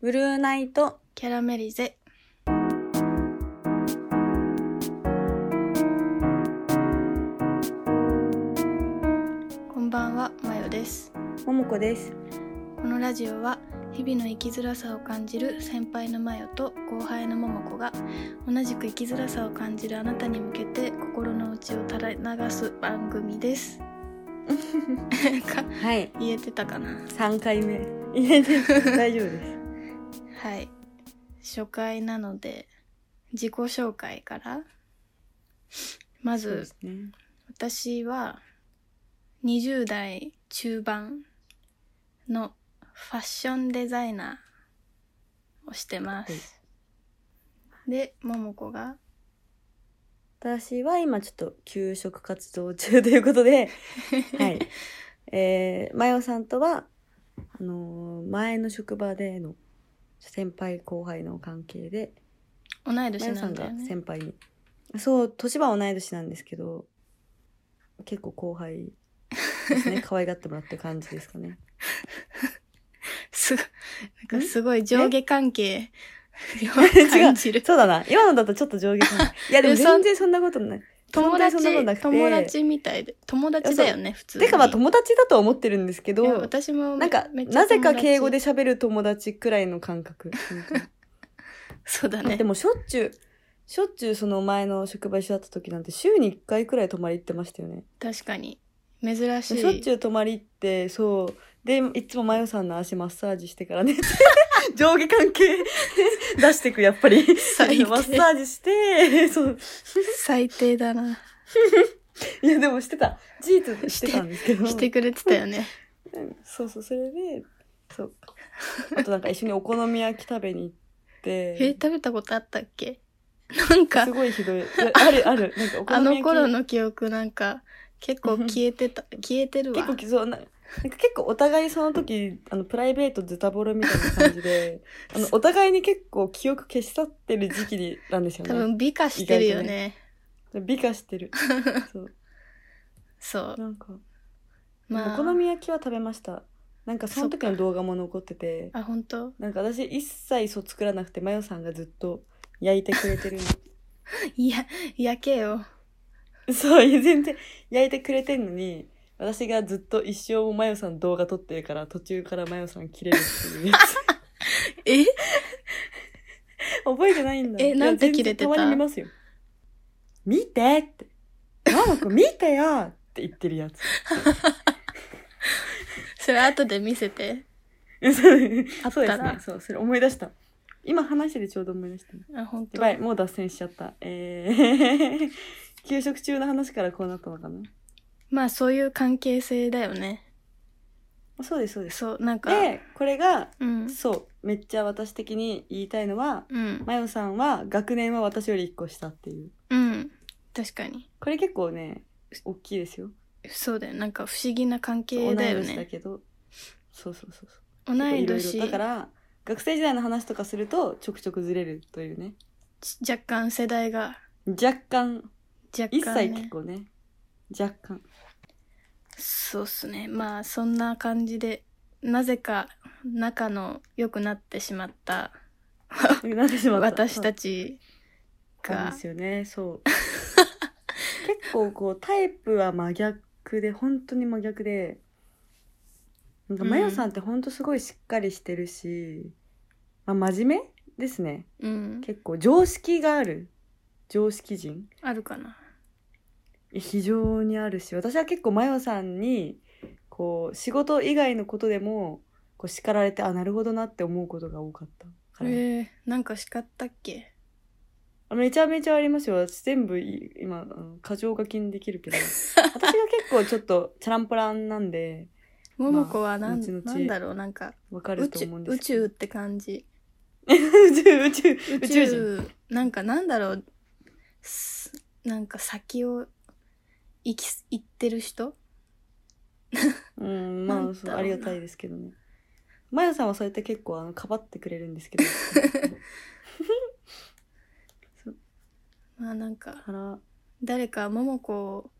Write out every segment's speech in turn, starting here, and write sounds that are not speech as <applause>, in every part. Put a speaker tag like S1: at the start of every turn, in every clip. S1: ブルーナイト
S2: キャラメリゼこんばんはマヨです
S1: ももこです
S2: このラジオは日々の生きづらさを感じる先輩のマヨと後輩のももこが同じく生きづらさを感じるあなたに向けて心の内を垂れ流す番組ですか
S1: はい
S2: 言えてたかな
S1: 3回目いえで大丈夫です
S2: はい初回なので自己紹介からま
S1: そうで
S2: ず
S1: すね
S2: 私は20代中盤のファッションデザイナーをしてます、でももこが
S1: 私は今ちょっと休職活動中ということ <laughs> ではいえー、マヨさんとはあのー前の職場での先輩後輩の関係で
S2: 同い
S1: マ
S2: 年
S1: ヨ
S2: な
S1: さ
S2: ん
S1: ん
S2: だよ
S1: が
S2: ね
S1: 先輩にそう年は同い年なんですけど結構後輩です <laughs> ね可愛がってもらってる感じですかね
S2: すごいな
S1: ん
S2: んかすごい上下関係
S1: 違
S2: を
S1: <laughs> う
S2: 感じる
S1: そうだな今のだとちょっと上下関係いやでも
S2: <laughs> えそ
S1: 全
S2: ん
S1: 然そんなことない
S2: 友
S1: 本当にそんなこと
S2: 達
S1: なくて
S2: 友達みたいで友達だよね普通に
S1: てかまあ友達だと思ってるんですけ
S2: いや
S1: ど
S2: 私も
S1: なんか
S2: めっちゃ
S1: なぜか
S2: 友達
S1: 敬語で喋る友達くらいの感覚本当に
S2: そうだ
S1: まあ
S2: <laughs> ね
S1: でもしょっちゅうしょっちゅうその前の職場一緒だった時なんて週に1回くらい泊まり行ってましたよね
S2: 確かに珍しい
S1: しょっちゅう泊まり行ってそうでいつもマヨさんの足マッサージしてから
S2: <laughs>
S1: ね上下関係 <laughs> 出してくやっぱり
S2: 最低
S1: マッサージしてそう
S2: 最低だない
S1: やでもしてた事実してたんですけど
S2: してくれてたよね
S1: うんそうそうそれでそうあとなんか一緒にお好み焼き食べに行って
S2: え食べたことあったっけなんか
S1: すごいひどい。いやあるある。なんかお好
S2: あ
S1: み
S2: の
S1: 焼き
S2: 頃の記憶なんか結構消えてた消えてるわ
S1: 結構きそうな。なんか結構お互いその時、あの、プライベートズタボロみたいな感じ
S2: <laughs>
S1: で、あの、お互いに結構記憶消し去ってる時期になんですよ
S2: 多
S1: ね。
S2: 分美化してるよね
S1: 美化して
S2: <laughs>
S1: る。そう。
S2: そう
S1: なんか、
S2: まあ
S1: お好み焼きは食べました。なんかその時の動画も残ってて、
S2: あ本当 <laughs>
S1: なんか私一切そう作らなくて、マヨさんがずっと焼いてくれてるの。 <laughs>
S2: いや焼けよ
S1: そう、いや全然焼いてくれてんのに、私がずっと一生もマヨさん動画撮ってるから、途中からマヨさん切れるって
S2: <laughs>
S1: いうやつ。
S2: え
S1: 覚えてないんだ。
S2: え
S1: いや
S2: なんて
S1: 全然
S2: 切れてた
S1: たまに見ますよ。見てって。ママ子見てよって言ってるやつ。 <laughs>
S2: それ後で見せて
S1: そうそうで
S2: た
S1: す
S2: ら
S1: ね。そう、それ思い出した。今話しててちょうど思い出した。
S2: あ本
S1: や
S2: 当
S1: ばい、もう脱線しちゃった。えー、 <laughs> 給食中の話からこうなったのかな。
S2: まあそういう関係性だよね
S1: そうです、そうです。
S2: そうなんか
S1: で、これが、
S2: うん
S1: そう、めっちゃ私的に言いたいのは、
S2: うん
S1: マヨさんは学年は私より1個下っていう。
S2: うん確かに
S1: これ結構ね、大きいですよ。
S2: そうだよなんか不思議な関
S1: 同
S2: 係
S1: い
S2: だよ
S1: 年だ
S2: ね
S1: けど。そうそうそうそう。
S2: 同
S1: 結構
S2: い
S1: 色
S2: 年
S1: 々だから、学生時代の話とかすると、ちょくちょくずれるというね。
S2: ち若干世代が
S1: 若干、
S2: 若
S1: 1
S2: 干、
S1: 歳
S2: ね
S1: 結、構ね。若干。
S2: そうっすねまあそんな感じでなぜか仲の良くなってしまった
S1: なってしまった。
S2: 私たち
S1: そうなん
S2: が
S1: ですよね。
S2: <laughs>
S1: そう。結構こう、タイプは真逆で、本当に真逆で、なんか、
S2: うん
S1: マヨさんって本当すごいしっかりしてるし、まあ、真面目ですね。
S2: うん
S1: 結構常識がある常識人
S2: あるかな
S1: 非常にあるし私は結構マヨさんにこう仕事以外のことでもこう叱られてあなるほどなって思うことが多かったから、
S2: えー、なんか叱ったっけ
S1: めちゃめちゃありますよ私全部い今あの過剰課金できる
S2: <laughs>
S1: けど私が結構ちょっとチャランポランなんで
S2: ももこはなん,、
S1: 後々
S2: なんだろうなんか
S1: わかる
S2: 宇
S1: と
S2: 宙
S1: 思うんで
S2: 宇
S1: すけ
S2: 宙っ
S1: ど
S2: て感じ
S1: 宇宙宇宙宇宙
S2: 宇
S1: 宇宙人
S2: 宙なんかなんだろうすなんか先を行きす行ってる人
S1: うんま
S2: な
S1: あ
S2: ん
S1: そう
S2: だろうな
S1: ありがたいですけどねマヨさんはそうやって結構あのかばってくれるんです
S2: <laughs>
S1: けど
S2: まあなんか
S1: から
S2: 誰か桃子を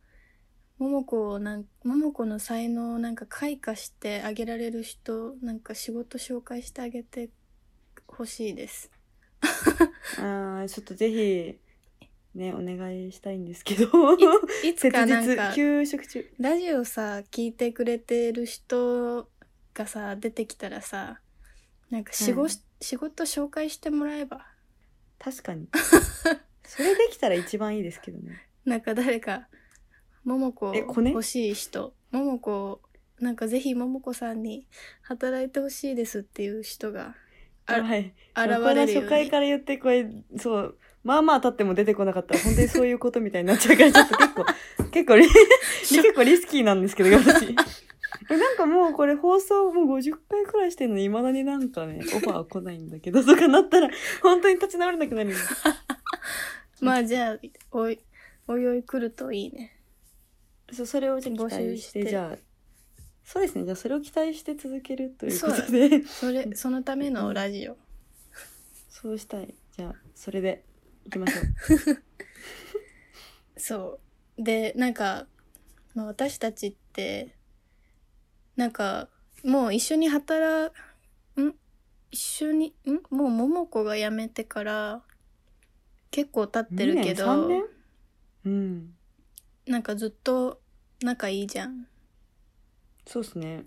S2: 桃子をなん桃子の才能をなんか開花してあげられる人なんか仕事紹介してあげて欲しいです。
S1: あーちょっとぜひねお願いしたいんですけど
S2: いいつ
S1: 切
S2: かなんか
S1: 実休職中
S2: ラジオさ聞いてくれてる人がさ出てきたらさなんか仕事,、
S1: うん
S2: 仕事紹介してもらえば
S1: 確
S2: <laughs>
S1: かにそれできたら一番いいですけどね
S2: なんか誰か桃子
S1: えコネ
S2: 欲しい人桃子なんかぜひ桃子さんに働いてほしいですっていう人があ
S1: はい現
S2: 現れるよう
S1: 初
S2: に
S1: 回から言ってこれそうまあまあ経っても出てこなかったら本当にそういうことみたいになっちゃうからちょっと結 <laughs> 構結構リ結構リスキーなんですけど私えなんかもうこれ放送もう50回くらいしてるのにいまだになんかねオファー来ないんだけどとかな <laughs> ったら本当に立ち直れなくなるよ
S2: まあじゃあおいおいおい来るといいね
S1: そうそれをじゃあ期
S2: 募集
S1: 待して
S2: して
S1: じゃあそうですねじゃあそれを期待して続けるというこ
S2: そうだ
S1: とで <laughs> そう
S2: それそのためのラジオ
S1: したいじゃあそれでいきましょう
S2: そうでなんか、まあ、私たちってなんかもう一緒に働ん一緒にんもう桃子が辞めてから結構経ってるけど
S1: 2年3年うん
S2: なんかずっと仲いいじゃん。
S1: そうですね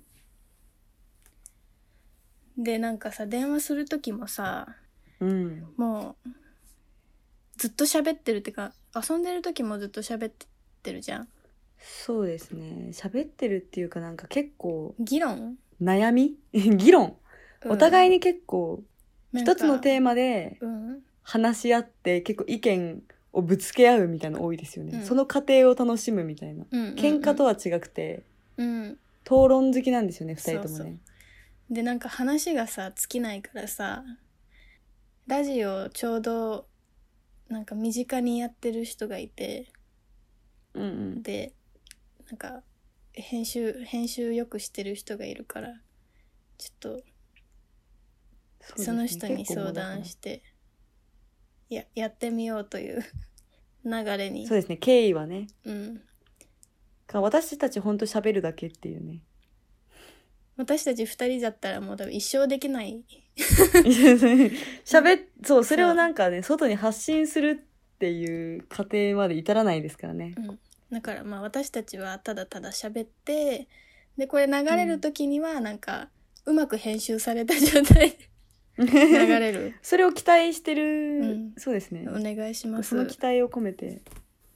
S2: でなんかさ電話する時もさ
S1: うん
S2: もうずっと喋ってるってか遊んでる時もずっと喋ってるじゃん。
S1: そうですね喋ってるっていうかなんか結構
S2: 議論、
S1: 悩み <laughs> 議論お互いに結構
S2: に
S1: 一つのテーマで
S2: うん
S1: 話し合って結構意見をぶつけ合うみたいなの多いですよね、
S2: うん
S1: その過程を楽しむみたいな
S2: うんうんうん
S1: 喧嘩とは違くて
S2: うん
S1: 討論好きなんですよね二人とも
S2: そうそ
S1: ね
S2: でなんか話がさ尽きないからさラジオちょうどなんか身近にやってる人がいて
S1: うんうん
S2: でなんか編集編集よくしてる人がいるからちょ
S1: う
S2: っと
S1: です
S2: そ
S1: ね
S2: の人に
S1: 結構も
S2: 相
S1: うだから
S2: 談してややってみようという <laughs> 流れに
S1: そうですね経緯はね
S2: うん、
S1: か私たちほんと喋るだけって
S2: <laughs>
S1: いうね
S2: 私たち2人だったらもう多分一生できない
S1: 喋っそうそれをなんかね外に発信するっていう過程まで至らないですからね
S2: だからまあ私たちはただただ喋ってでこれ流れる時にはなんか、うまく編集された状態
S1: <laughs>
S2: で流れる
S1: それを期待してる、
S2: ん
S1: そうですね
S2: お願いしま
S1: その
S2: す
S1: 期待を込めて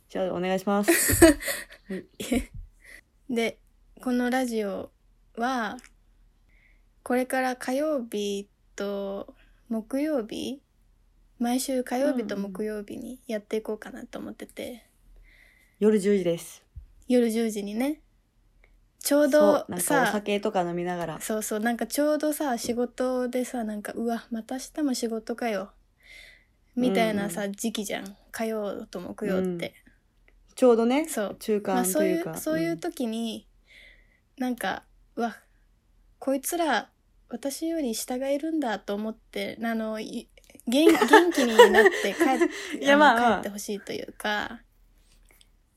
S1: じゃあお願いします
S2: <laughs> でこのラジオはこれから火曜日と木曜日毎週火曜日と木曜日にやっていこうかなと思ってて、
S1: 夜10時です
S2: 夜10時にねちょう
S1: そう
S2: ど
S1: なんかお
S2: さ
S1: 酒とか飲みながら
S2: そうそうなんかちょうどさ仕事でさなんかうわまた明日も仕事かよみたいなさ、
S1: う
S2: 時期じゃん火曜と木曜って、
S1: ちょうどね
S2: そう
S1: 中
S2: まあ
S1: 間
S2: そ
S1: と
S2: う
S1: い
S2: いうう
S1: か、
S2: そういう時に、なんかうわこいつら私より下がいるんだと思ってあのい元元気に
S1: <laughs>
S2: なって帰っ
S1: いやまあ
S2: の
S1: まあ
S2: 帰ってほしいというか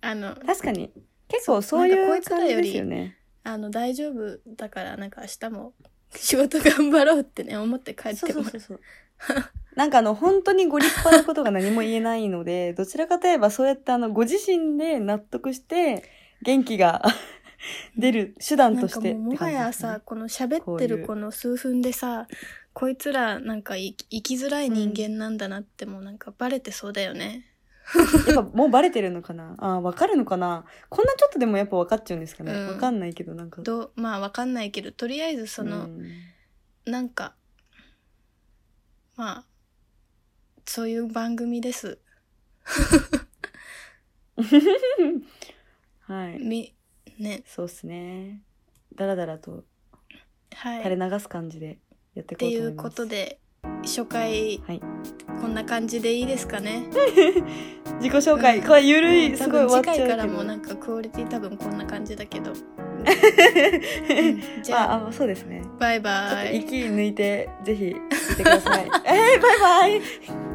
S2: あの
S1: うん確かに結構そうい
S2: なん
S1: う
S2: かこいつら
S1: 感じ
S2: よ
S1: で
S2: り
S1: すよね
S2: あの大丈夫だからなんか明日も仕事頑張ろうってね思って帰っ
S1: そう
S2: て
S1: そ
S2: も
S1: う
S2: ら
S1: そう <laughs> そうなんかあの本当にご立派なことが何も言えないので <laughs> どちらかといえばそうやってあのご自身で納得して元気が <laughs> 出る手段
S2: な
S1: と
S2: んか
S1: して
S2: も
S1: って
S2: うもは
S1: 感じ
S2: や
S1: ですね
S2: さこの喋って
S1: こうい
S2: る
S1: う
S2: この数分でさこいつらなんか生き生きづらい人間なんだなってもうなんかバレてそうだよね、
S1: やっぱもうバレてるのかな <laughs> あーわかるのかなこんなちょっとでもやっぱ分かっちゃうんですかね、
S2: う
S1: わ
S2: ん
S1: 分かんないけどなんか
S2: どうまあわかんないけどとりあえずその、
S1: うん
S2: なんかまあそういう番組です
S1: はい
S2: みね
S1: そうっすねだらだらと
S2: はい
S1: 垂れ流す感じでやってい
S2: って
S1: こう
S2: い
S1: と思
S2: う
S1: います、
S2: ことで初回、
S1: はい
S2: こんな感じでいいですかね
S1: 自己紹介、
S2: うん
S1: これゆるい、
S2: うん
S1: すごい終わ
S2: 多分
S1: っちゃう
S2: 次
S1: け
S2: 回
S1: ど
S2: からもなんかクオリティ多分こんな感じだ
S1: <laughs>
S2: けど、うんじゃあ
S1: まああそうですね
S2: バイ
S1: ちょっ
S2: バ
S1: と
S2: イ。
S1: <laughs> 息抜いて、ぜひ、見てください。えー、バイバイ